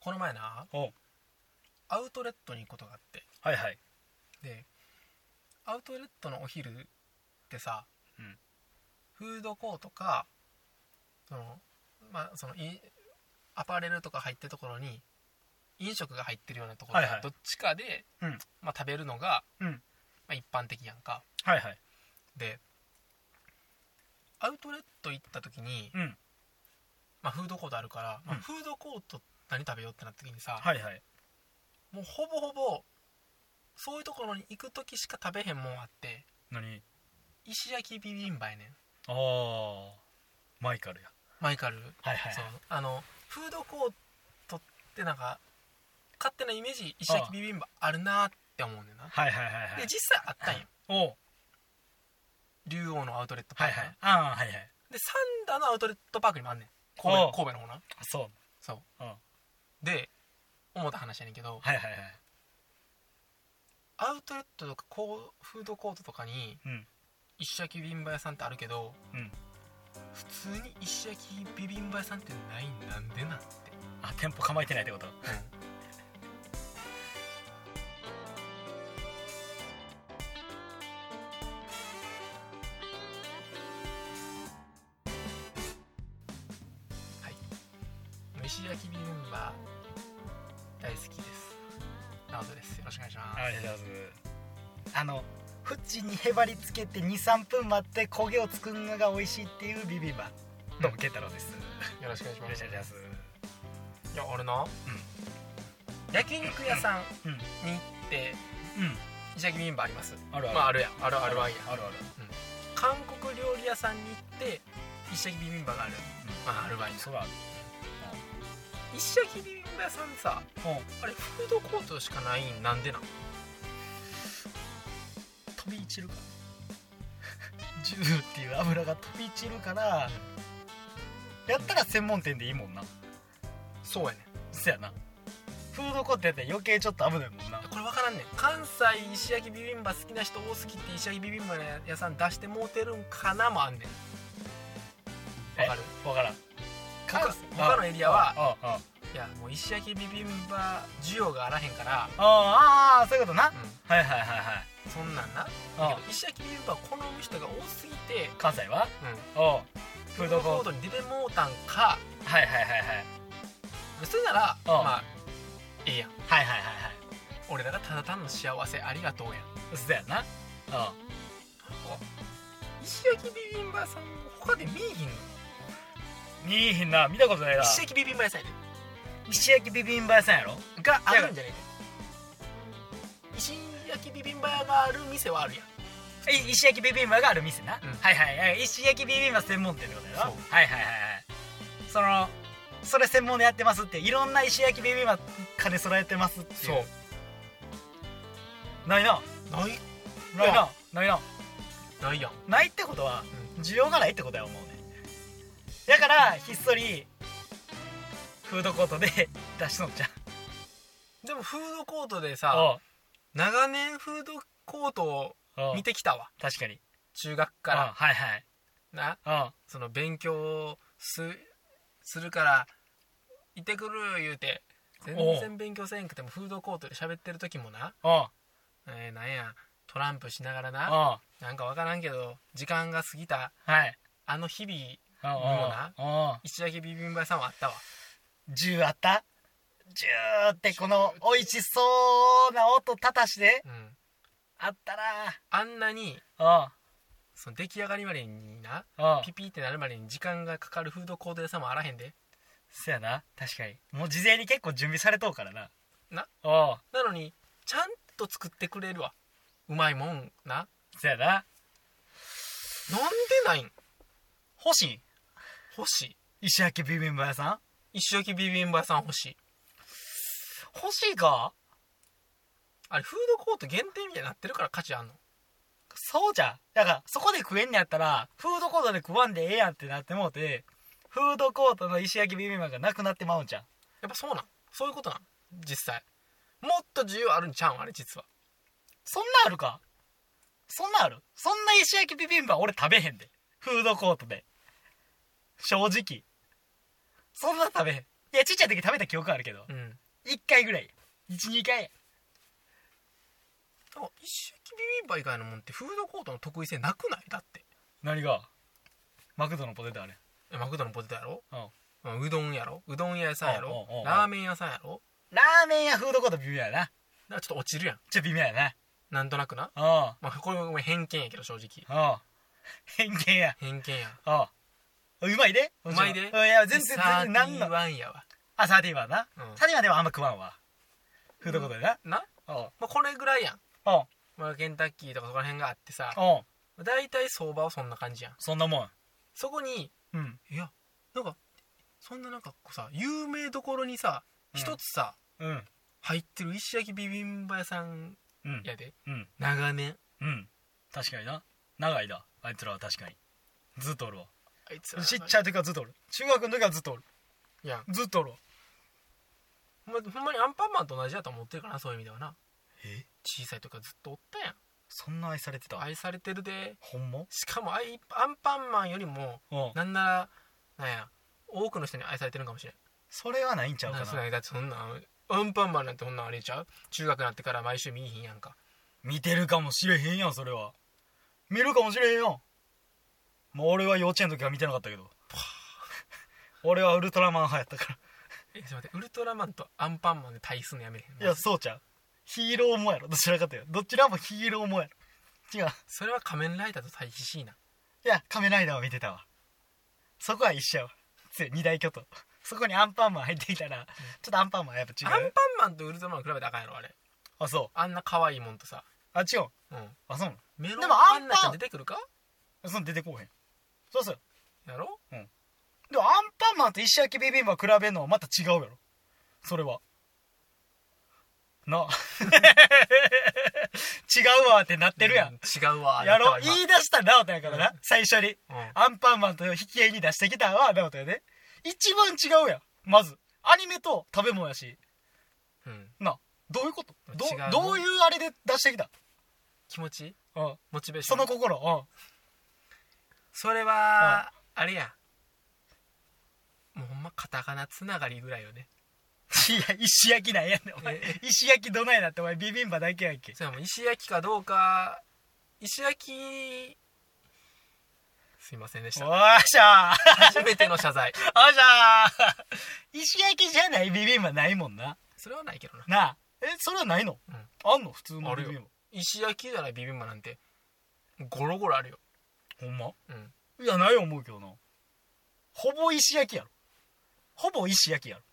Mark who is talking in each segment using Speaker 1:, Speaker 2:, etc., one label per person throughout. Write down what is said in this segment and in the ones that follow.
Speaker 1: この前な
Speaker 2: お
Speaker 1: アウトレットに行くことがあって
Speaker 2: はいはい
Speaker 1: でアウトレットのお昼ってさ、
Speaker 2: うん
Speaker 1: フードコートかそのまあそのいアパレルとか入ってるところに飲食が入ってるようなところ、
Speaker 2: はいはい
Speaker 1: どっちかで、
Speaker 2: うん
Speaker 1: まあ、食べるのが、
Speaker 2: うん
Speaker 1: まあ、一般的やんか
Speaker 2: はいはい
Speaker 1: でアウトレット行った時に、
Speaker 2: うん
Speaker 1: まあ、フードコートあるから、まあ
Speaker 2: うん
Speaker 1: フードコート何食べようってなった時にさ、
Speaker 2: はいはい
Speaker 1: もうほぼほぼそういうところに行く時しか食べへんもんあって
Speaker 2: 何
Speaker 1: 石焼きビビンバやねん
Speaker 2: ああマイカルや
Speaker 1: マイカル、
Speaker 2: はいは
Speaker 1: そうあのフードコートってなんか勝手なイメージ石焼きビビンバあるなーって思うねんな
Speaker 2: はいはいはいは
Speaker 1: で
Speaker 2: い
Speaker 1: 実際あったんよ
Speaker 2: お
Speaker 1: 竜王のアウトレットパ
Speaker 2: は
Speaker 1: ー
Speaker 2: い
Speaker 1: クな、
Speaker 2: はいああはいはい
Speaker 1: でサンダのアウトレットパークにもあんねん神
Speaker 2: おう
Speaker 1: 戸神戸の方な
Speaker 2: あそう
Speaker 1: そう
Speaker 2: うん
Speaker 1: で思った話やねんけど
Speaker 2: はいはいはい
Speaker 1: アウトレットとかこうフードコートとかに
Speaker 2: うん
Speaker 1: 石焼きビビンバ屋さんってあるけど
Speaker 2: うん
Speaker 1: 普通に石焼きビビンバ屋さんってないなんでなんて
Speaker 2: あ店舗構えてないってこと
Speaker 1: はい石焼きビビンバ大好きですナオトですよろしくお願いします、
Speaker 2: ありがとうございますあの縁にへばりつけて23分待って焦げを作るのが美味しいっていうビビンバどうも健太郎ですよ
Speaker 1: よろしくお願いし
Speaker 2: ろ
Speaker 1: ま
Speaker 2: し
Speaker 1: す
Speaker 2: くお願いします
Speaker 1: いや俺な、焼肉屋さん
Speaker 2: うん
Speaker 1: に行って
Speaker 2: うん
Speaker 1: 石焼きビビンバあります
Speaker 2: ある
Speaker 1: まああるやんあるあるわけや
Speaker 2: あるある
Speaker 1: 韓国料理屋さんに行って石焼きビビンバがある、
Speaker 2: うん
Speaker 1: まああるわけや
Speaker 2: そらある
Speaker 1: 石焼きビビンバ屋さんさ
Speaker 2: うん
Speaker 1: あれフードコートしかないんなんでなん
Speaker 2: 飛び散るから ジューっていう油が飛び散るからやったら専門店でいいもんな
Speaker 1: そうやねん
Speaker 2: そやなフードコートやったら余計ちょっと危ないもんな
Speaker 1: これ分からんねん関西石焼きビビンバ好きな人多すぎて石焼きビビンバの屋さん出してもうてるんかなもあんねん
Speaker 2: え
Speaker 1: 分かる
Speaker 2: わからん
Speaker 1: 他
Speaker 2: か
Speaker 1: 他のエリアは
Speaker 2: あああ
Speaker 1: いやもう石焼きビビンバ需要があらへんから、
Speaker 2: あああそういうことな、
Speaker 1: う
Speaker 2: はいはいはいはい
Speaker 1: ん、そんなんな
Speaker 2: あ
Speaker 1: 石焼きビビンバ好む人が多すぎて、
Speaker 2: 関西は
Speaker 1: う、
Speaker 2: おうんフードコート
Speaker 1: に出てもうたんか
Speaker 2: はいはいはいはい
Speaker 1: それなら
Speaker 2: あ
Speaker 1: まあええやん
Speaker 2: はいはいはいはい
Speaker 1: 俺らがただ単の幸せありがとうやん
Speaker 2: そやなあ
Speaker 1: 石焼きビビンバ屋さん他で見えへんの
Speaker 2: いいひんな見たことないな
Speaker 1: 石焼きビビンバ屋さんやで
Speaker 2: 石焼きビビンバ屋さんやろ
Speaker 1: があるんじゃない石焼きビビンバ屋がある店はあるやん
Speaker 2: い石焼きビビンバがある店な、
Speaker 1: うん
Speaker 2: はいはいはい石焼きビビンバ専門店ってことや
Speaker 1: そう
Speaker 2: ろはいはいはいはいそのそれ専門でやってますっていろんな石焼きビビンバ金揃えてますっていうないな
Speaker 1: ない
Speaker 2: ないなないな
Speaker 1: ないやん
Speaker 2: ないってことは需要がないってことや思うねだからひっそりフードコートで 出しとんじゃん
Speaker 1: でもフードコートでさ
Speaker 2: う
Speaker 1: 長年フードコート
Speaker 2: おう
Speaker 1: を見てきたわ
Speaker 2: 確かに
Speaker 1: 中学か
Speaker 2: うん
Speaker 1: ら
Speaker 2: はいはい
Speaker 1: な
Speaker 2: うん
Speaker 1: その勉強をすするから行ってくる言うて全
Speaker 2: お
Speaker 1: 然勉強せんくてもフードコートで喋ってる時もな、
Speaker 2: うんうん
Speaker 1: えーなんやトランプしながらな
Speaker 2: は
Speaker 1: なんかわからんけど時間が過ぎた
Speaker 2: い
Speaker 1: あの日々
Speaker 2: うんうん
Speaker 1: もうな
Speaker 2: うん
Speaker 1: 石焼きビビンバ屋さんはあったわ
Speaker 2: 10あった10ってこの美味しそうな音立たして
Speaker 1: うん
Speaker 2: あった
Speaker 1: あんなに
Speaker 2: な
Speaker 1: その出来上がりまでにな
Speaker 2: うんうん
Speaker 1: ピピってなるまでに時間がかかるフードコート屋さんもあらへんで
Speaker 2: そやな確かにもう事前に結構準備されとうからな
Speaker 1: な
Speaker 2: おう
Speaker 1: なのにちゃんと作ってくれるわうまいもんな
Speaker 2: そやな
Speaker 1: なんでないん
Speaker 2: 欲しい
Speaker 1: 欲しい
Speaker 2: 石焼きビビンバ屋さん
Speaker 1: 石焼きビビンバ屋さん欲しい
Speaker 2: 欲しいか
Speaker 1: あれフードコート限定みたいになってるから価値あんの
Speaker 2: そうじゃんだからそこで食えんのやったらフードコートで食わんでええやんってなってもうてフードコートの石焼きビビンバがなくなってまうんじゃん
Speaker 1: やっぱそうなんそういうことなん実際もっと需要あるんちゃうんあれ実は
Speaker 2: そんなあるかそんなあるそんな石焼きビビンバ俺食べへんでフードコートで正直そんな食べへんいやちっちゃい時食べた記憶あるけど
Speaker 1: うん
Speaker 2: 1回ぐらい12回
Speaker 1: でも一周忌ビビンバ以外のもんってフードコートの得意性なくないだって
Speaker 2: 何がマクドのポテトあれ
Speaker 1: えマクドのポテトやろ
Speaker 2: うん
Speaker 1: うんうどんやろうどん屋さんやろ
Speaker 2: うんうんうんうん
Speaker 1: ラーメン屋さんやろ
Speaker 2: ラーメンやフードコート微妙やな
Speaker 1: だからちょっと落ちるやん
Speaker 2: ちょっと微妙やな
Speaker 1: なんとなくな
Speaker 2: うん
Speaker 1: まあこれも偏見やけど正直
Speaker 2: うん偏見や
Speaker 1: 偏見や
Speaker 2: うんうまいでう
Speaker 1: うまいで
Speaker 2: いや全然全然なんの
Speaker 1: ワンやわ
Speaker 2: あサーティーバーな
Speaker 1: うん
Speaker 2: サーティーバーではあんま食わんわフードコートでな
Speaker 1: な
Speaker 2: うんうん
Speaker 1: まあこれぐらいやんまあケンタッキーとかそこら辺があってさ
Speaker 2: うん
Speaker 1: 大体相場はそんな感じやん
Speaker 2: そんなもん
Speaker 1: そこに
Speaker 2: うん
Speaker 1: いやなんかそんななんかこうさ有名どころにさ
Speaker 2: うん
Speaker 1: 一つさ、
Speaker 2: うん
Speaker 1: 入ってる石焼きビビンバ屋さん
Speaker 2: うん
Speaker 1: やで
Speaker 2: うん
Speaker 1: 長年
Speaker 2: うん確かにな長いだあいつらは確かにずっとおるわ
Speaker 1: あいつら
Speaker 2: ちっちゃい時はずっとおる中学の時はずっとおる
Speaker 1: いや
Speaker 2: ずっとおるわ
Speaker 1: ほんまほんまにアンパンマンと同じやと思ってるかなそういう意味ではな
Speaker 2: え
Speaker 1: 小さい時からずっとおったやん
Speaker 2: そんな愛されてた
Speaker 1: 愛されてるで
Speaker 2: ほんま
Speaker 1: しかもアイアンパンマンよりも
Speaker 2: うん
Speaker 1: なんならなんや多くの人に愛されてるんかもしれん
Speaker 2: それはないんちゃうか
Speaker 1: なん
Speaker 2: な
Speaker 1: かそんなだってそんなんアンパンマンなんてそんなんあれちゃう中学になってから毎週見いひんやんか
Speaker 2: 見てるかもしれへんやんそれは見るかもしれへんやんもう俺は幼稚園の時は見てなかった けど俺はウルトラマン派やったか
Speaker 1: えちょっと待ってウルトラマンとアンパンマンで対するのやめれへん
Speaker 2: らいやそうちゃうヒーローもやろどちらかというとどちらもヒーローもやろ違う
Speaker 1: それは仮面ライダーと対比しいない
Speaker 2: や仮面ライダーは見てたわそこは一緒やわ強い二大巨頭そこにアンパンマン入ってきたらちょっとアンパンマンやっ
Speaker 1: アン
Speaker 2: ぱ
Speaker 1: パ
Speaker 2: 違
Speaker 1: ン
Speaker 2: う
Speaker 1: マンとウルトラマン比べたらあかんやろあれ
Speaker 2: あそう
Speaker 1: あんな可愛いもんとさ、
Speaker 2: あ違う
Speaker 1: うん、
Speaker 2: あそうなの
Speaker 1: メロン
Speaker 2: でもア
Speaker 1: パ
Speaker 2: ンパン
Speaker 1: ンナちゃん出てくるか
Speaker 2: そん出てこうへんそうそう
Speaker 1: やろ
Speaker 2: でもアンパンマンと石焼きビビンバ比べるのはまた違うやろそれは なあ違うわってなってるやん、
Speaker 1: う違うわ
Speaker 2: やろ
Speaker 1: なったわ
Speaker 2: 言い出したら直人やからな、
Speaker 1: う
Speaker 2: 最初に
Speaker 1: 今うん
Speaker 2: アンパンマンと引き合いに出してきたんは直人やで一番違うやんまずアニメと食べ物やし
Speaker 1: うん、
Speaker 2: なあどういうことど
Speaker 1: 違うの
Speaker 2: どういうあれで出してきた、
Speaker 1: 気持ち
Speaker 2: うん、
Speaker 1: モチベーショ
Speaker 2: そ
Speaker 1: ン
Speaker 2: の心、う
Speaker 1: それはあれやもうほんまカタカナつながりぐらいよね
Speaker 2: ん、いや石焼きなんやねんお前
Speaker 1: え
Speaker 2: 石焼きどないなってお前ビビンバだけやんけ
Speaker 1: それはもう石焼きかどうか石焼きすいませんでし
Speaker 2: お
Speaker 1: た
Speaker 2: ー しゃー
Speaker 1: 初めての謝 罪
Speaker 2: あじゃあ石焼きじゃないビビンバないもんな。
Speaker 1: それはないけどな
Speaker 2: なあ。え、それはないの、
Speaker 1: うん
Speaker 2: あんの普通のビビンバ。
Speaker 1: 石焼きじゃないビビンバなんてゴロゴロあるよ
Speaker 2: ほんま
Speaker 1: うん
Speaker 2: いや、ない思うけどな。ほぼ石焼きやろ。ほぼ石焼きやろ。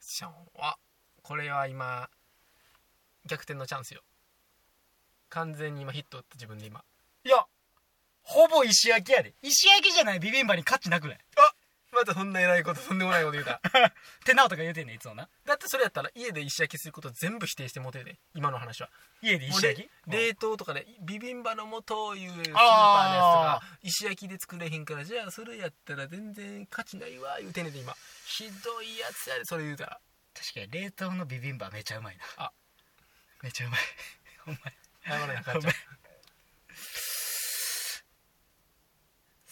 Speaker 1: シャンはこれは今逆転のチャンスよ完全に今ヒット打った自分で今
Speaker 2: いや、ほぼ石焼きやで。石焼きじゃないビビンバに価値なくない
Speaker 1: またそんな偉いこととんでもないこと言うた
Speaker 2: ってなおとか言うてんねん、いつもな。
Speaker 1: だってそれやったら家で石焼きすること全部否定してもうてるで今の話は
Speaker 2: 家で石焼き
Speaker 1: もうれ冷凍とかでビビンバの素をいうスーパーのやつと
Speaker 2: あ
Speaker 1: か石焼きで作れへんからじゃあそれやったら全然価値ないわ言うてんねんで今ひどいやつやでそれ言うたら
Speaker 2: 確かに冷凍のビビンバめちゃうまいな。
Speaker 1: あ
Speaker 2: めちゃうまい。お前。
Speaker 1: 謝らなあかっ
Speaker 2: お
Speaker 1: ちゃ
Speaker 2: 前
Speaker 1: う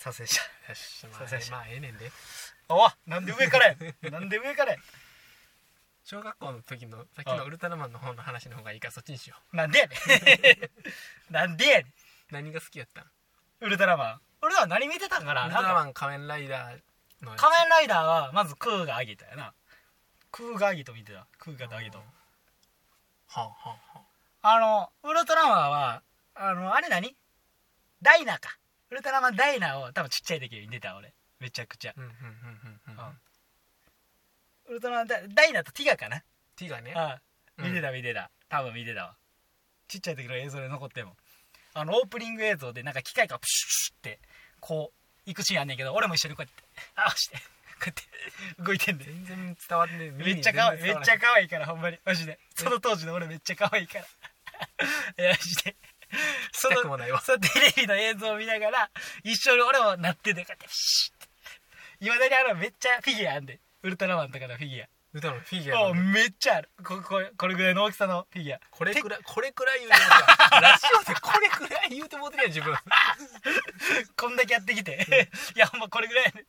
Speaker 2: 撮影した。
Speaker 1: よしま
Speaker 2: そうそう
Speaker 1: あまあええねんで
Speaker 2: おわなんで上からやなんで上からや
Speaker 1: 小学校の時のさっきのウルトラマンの方の話の方がいいからそっちにしよ
Speaker 2: なんでやねん なんでやね
Speaker 1: う何が好きやったん
Speaker 2: んウルトラマン俺らは何見てたんから
Speaker 1: ウルトラマ
Speaker 2: ン
Speaker 1: ン仮面ライダーのやつ
Speaker 2: 仮面ライダーはまずクーガアギトやなクーガアギト見てたクーガとアギト
Speaker 1: うんはあはあは
Speaker 2: あのウルトラマンはあのあれ何ダイナかウルトラマンダイナを多分ちっちゃい時に見てた俺めちゃくちゃ
Speaker 1: あうんうんうんうんう
Speaker 2: うん
Speaker 1: ん
Speaker 2: ウルトラマンダイダイナとティガかな
Speaker 1: ティガね
Speaker 2: あ
Speaker 1: う
Speaker 2: あ
Speaker 1: ん
Speaker 2: 見てた見てた多分見てたわちっちゃい時の映像で残ってもあのオープニング映像でなんか機械がプシュッシュッってこう行くシーンあんねんけど俺も一緒にこうやって合わしてこうやって動いてんで
Speaker 1: 全然伝わんねえ
Speaker 2: めっちゃ可愛いめっちゃ
Speaker 1: か
Speaker 2: 可愛いからほんまにマジでその当時の俺めっちゃ可愛いから いやマジでそ
Speaker 1: わい
Speaker 2: の
Speaker 1: くもないわ
Speaker 2: そのテレビの映像を見ながら一緒に俺もなっててこうやってピシッていまだにあのめっちゃフィギュアあんでウルトラマンとかのフィギュア
Speaker 1: 言うたのフィギュ
Speaker 2: あ
Speaker 1: アの
Speaker 2: めっちゃあるここれこれぐらいの大きさのフィギュア
Speaker 1: これくらいこれくらい言うてもうたラジオでこれくらい言うてもうてるやん自分
Speaker 2: こんだけやってきて、 いやほんまこれぐらいやね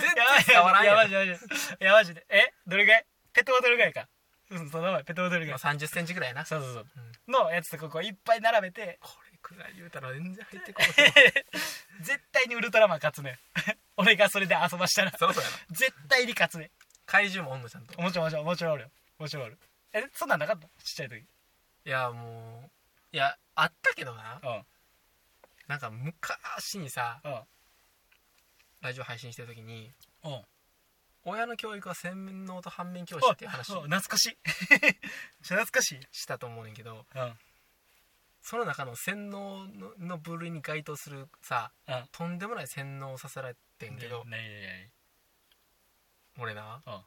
Speaker 1: 全
Speaker 2: やばい
Speaker 1: 然伝わらん
Speaker 2: や
Speaker 1: や
Speaker 2: ば
Speaker 1: ん
Speaker 2: いやばいやばいやばいやばいえどれぐらいペットボトルぐらいかうんその前ペットボトルぐ
Speaker 1: ま
Speaker 2: ら
Speaker 1: あ
Speaker 2: い
Speaker 1: 30センチぐらいやな
Speaker 2: そうそうそう、のやつとここいっぱい並べて
Speaker 1: これくらい言うたら全然入ってこない
Speaker 2: 絶対にウルトラマン勝つね 俺がそれで遊ばしたら
Speaker 1: そろそろやな
Speaker 2: 絶対に勝つね
Speaker 1: 怪獣もおんのちゃんと
Speaker 2: もちろんもちろんもちろんおるよもちろんおるえそんなんなかったちっちゃい時
Speaker 1: いやもういやあったけどな
Speaker 2: うん
Speaker 1: なんか昔にさ
Speaker 2: う
Speaker 1: ラジオ配信してる時に
Speaker 2: んうん
Speaker 1: 親の教育は洗脳と反面教師
Speaker 2: お
Speaker 1: っていう話
Speaker 2: お懐かしい 懐かしい
Speaker 1: したと思うねんけど
Speaker 2: うんうん
Speaker 1: その中の洗脳のの部類に該当するさとんでもない洗脳をさせられてんけど
Speaker 2: なになになに
Speaker 1: 俺な
Speaker 2: あ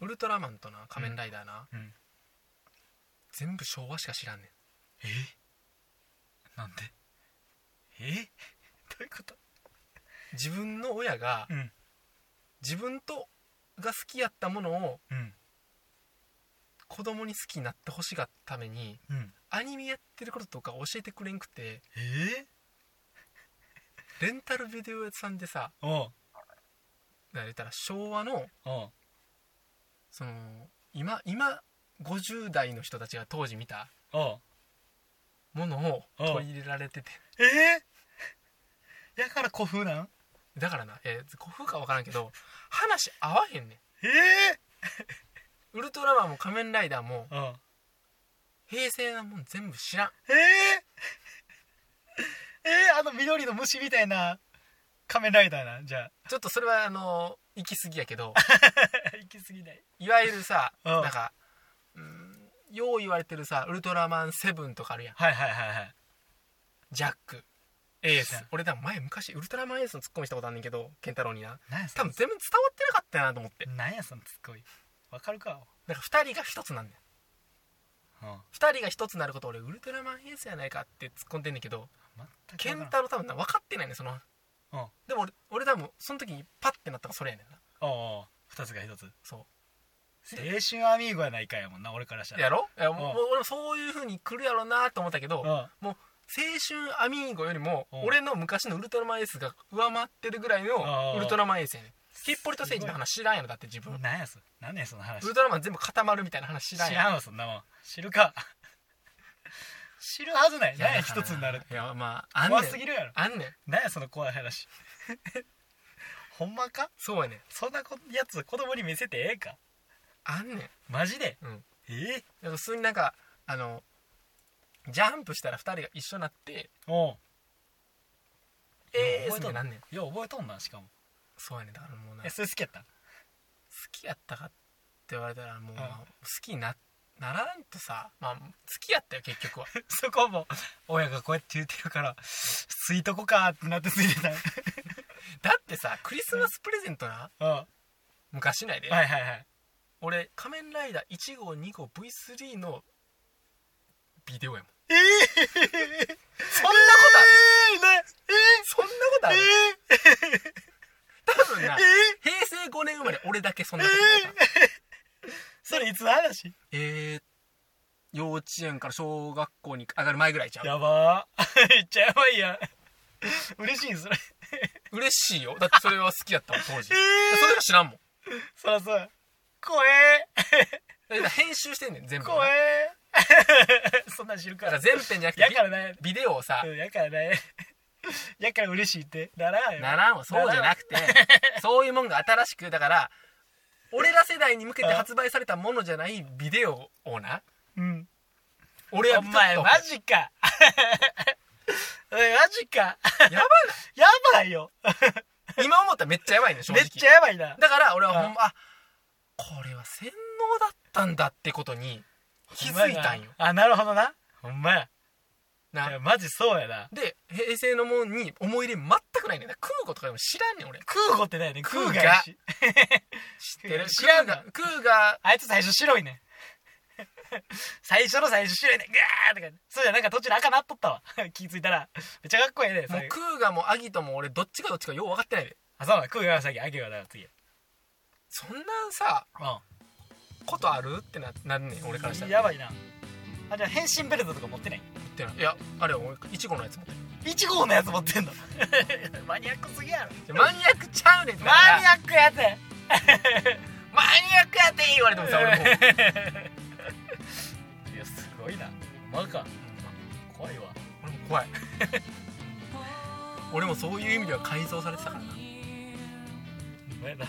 Speaker 1: ウルトラマンとな仮面ライダーな、
Speaker 2: うんうん
Speaker 1: 全部昭和しか知らんねん
Speaker 2: なんでえどういうこと
Speaker 1: 自分の親が
Speaker 2: うん
Speaker 1: 自分とが好きやったものを
Speaker 2: うん
Speaker 1: 子供に好きになってほしがっために
Speaker 2: うん
Speaker 1: アニメやってることとか教えてくれんくて
Speaker 2: え
Speaker 1: レンタルビデオ屋さんでさ
Speaker 2: おう
Speaker 1: なんか言ったら昭和の
Speaker 2: おう
Speaker 1: その今今50代の人たちが当時見た
Speaker 2: おう
Speaker 1: ものを
Speaker 2: うん
Speaker 1: 取り入れられてて
Speaker 2: えー、やから古風なん
Speaker 1: だからな、えー、古風か分からんけど話合わへんねん
Speaker 2: え
Speaker 1: ウルトラマンも仮面ライダーも
Speaker 2: えうん
Speaker 1: 平成なもん全部知らん
Speaker 2: えー、えー、あの緑の虫みたいな仮面ライダーなんじゃ
Speaker 1: ちょっとそれはあの行き過ぎやけ ど
Speaker 2: あ行き過ぎない
Speaker 1: いわゆるさ
Speaker 2: うん
Speaker 1: なんかうんよう言われてるさウルトラマンセブンとかあるやん
Speaker 2: はいはいはいはい
Speaker 1: ジャックエー
Speaker 2: 知ら
Speaker 1: ス
Speaker 2: ん
Speaker 1: 俺だ前昔ウルトラマンエースのツッコミしたことあんねんけど健太郎にな
Speaker 2: 何やそ
Speaker 1: 多
Speaker 2: の
Speaker 1: 分全部伝わってなかったなと思って
Speaker 2: 何やそのツッコミわかるか
Speaker 1: だから2人が1つなんねん
Speaker 2: うん
Speaker 1: 2人が1つになること俺ウルトラマンエースやないかって突っ込んでんねんけど
Speaker 2: 全く
Speaker 1: 健
Speaker 2: わから
Speaker 1: 太
Speaker 2: ん
Speaker 1: 郎多分な分かってないねんその
Speaker 2: うん
Speaker 1: でも俺俺多分その時にパッてなったのがそれやねんな
Speaker 2: おうおう二つが一つ
Speaker 1: そ
Speaker 2: 青春アミーゴやないかやもんな俺からした
Speaker 1: う
Speaker 2: ら
Speaker 1: やろいやもう
Speaker 2: うん
Speaker 1: もう俺もそういう風に来るやろなと思ったけど
Speaker 2: う
Speaker 1: 青
Speaker 2: ん
Speaker 1: 春アミーゴよりも
Speaker 2: うん
Speaker 1: 俺の昔のウルトラマンエースが上回ってるぐらい
Speaker 2: ん
Speaker 1: のウルトラマンエースやねんヒッポリト星人の話知らんやろだって自分
Speaker 2: 何やそ何やその話
Speaker 1: ウルトラマン全部固まるみたいな話知らん
Speaker 2: 知
Speaker 1: やん
Speaker 2: らんわそんなもん知るか知るはずない何や
Speaker 1: だから
Speaker 2: 一つになる
Speaker 1: いやまああんねん
Speaker 2: 怖すぎるやろ
Speaker 1: あんねん
Speaker 2: 何やその怖い話 ほんまか
Speaker 1: そうやねん
Speaker 2: そんなこやつ子供に見せてええか
Speaker 1: あんねん
Speaker 2: マジで
Speaker 1: うん
Speaker 2: ええ
Speaker 1: でも普通になんかあのジャンプしたら2人が一緒になって
Speaker 2: おう
Speaker 1: ええー、
Speaker 2: 覚
Speaker 1: みたい
Speaker 2: えとん
Speaker 1: になんねん
Speaker 2: よう覚えとんなしかも
Speaker 1: そうやねんだからもうな
Speaker 2: え
Speaker 1: 好
Speaker 2: それ好きやった
Speaker 1: きやったかって言われたらもう、
Speaker 2: ん
Speaker 1: まあ好きになならんとさまあ好きやったよ結局は
Speaker 2: そこも親がこうやって言ってるから吸いとこかってなってつい てた
Speaker 1: だってさクリスマスプレゼントな
Speaker 2: うんは
Speaker 1: 昔ないで、
Speaker 2: いはいはい
Speaker 1: 俺「仮面ライダー1号2号 V3」のビデオやもん
Speaker 2: ええ
Speaker 1: そんなことある、 そんなことあ
Speaker 2: え
Speaker 1: る、
Speaker 2: え
Speaker 1: 多分な
Speaker 2: え え
Speaker 1: 平成5年生まれ俺だけそんなことないから
Speaker 2: それいつの話
Speaker 1: えー、幼稚園から小学校に上がる前ぐらいちゃう
Speaker 2: やば ーめっちゃやばいやん 嬉しいんそれ
Speaker 1: 嬉しいよだってそれは好きやったもん当時、
Speaker 2: えー
Speaker 1: それが知らんもん
Speaker 2: そらそうや怖え
Speaker 1: だから編集してんねん全部な
Speaker 2: 怖
Speaker 1: だ
Speaker 2: え そんなん知るか
Speaker 1: からら全編じゃなくて
Speaker 2: やからね
Speaker 1: ビビデオをさ、
Speaker 2: うんや からねやから嬉しいってならんよ
Speaker 1: ならんわそうじゃなくてそういうもんが新しくだから俺ら世代に向けて発売されたものじゃないビデオをな
Speaker 2: うん
Speaker 1: 俺は
Speaker 2: お前
Speaker 1: ちょっ
Speaker 2: マ
Speaker 1: と
Speaker 2: ジか おいマジか
Speaker 1: やば
Speaker 2: やばいよ
Speaker 1: いな今思ったらめっちゃやばいね正
Speaker 2: め
Speaker 1: 直
Speaker 2: っちゃやばいな
Speaker 1: だから俺はほんまあこれは洗脳だったんだってことに気づいたんよ
Speaker 2: あなるほどなほんまや
Speaker 1: ない
Speaker 2: やマジそうやな
Speaker 1: で平成のもんに思い入れ全くないねんだから空語とかでも知らんねん俺
Speaker 2: 空語ってないね
Speaker 1: 空
Speaker 2: 空
Speaker 1: が
Speaker 2: がや
Speaker 1: 知
Speaker 2: し
Speaker 1: ってる
Speaker 2: 知らんの
Speaker 1: 空が
Speaker 2: あいつ最初白いね最初の最初白いねガーって感じそうじゃなんか途中で赤なっとったわ 気づいたらめっちゃかっこええねそ
Speaker 1: もう
Speaker 2: れ
Speaker 1: 空がもアギとも俺どっちがどっちかよう分かってないで
Speaker 2: あそうだ空が先あげようだから次
Speaker 1: そんなんさ
Speaker 2: う
Speaker 1: ことあるってななるねん俺からした
Speaker 2: ん
Speaker 1: ら
Speaker 2: やばいなあじゃあ変身ベルトとか持ってない
Speaker 1: ってないいやあれ俺いちごのやつ持ってる
Speaker 2: 1号のやつ持ってんの マニアックすぎやろ
Speaker 1: じゃマニアックちゃうねんって
Speaker 2: マニアックやて
Speaker 1: マニアックやって言われてもさ俺も
Speaker 2: いやすごいなマカ怖いわ
Speaker 1: 俺も怖い俺もそういう意味では改造されてたからなす
Speaker 2: ごめんな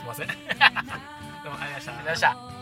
Speaker 1: みませんどうもありがとうございました
Speaker 2: ありがとうございました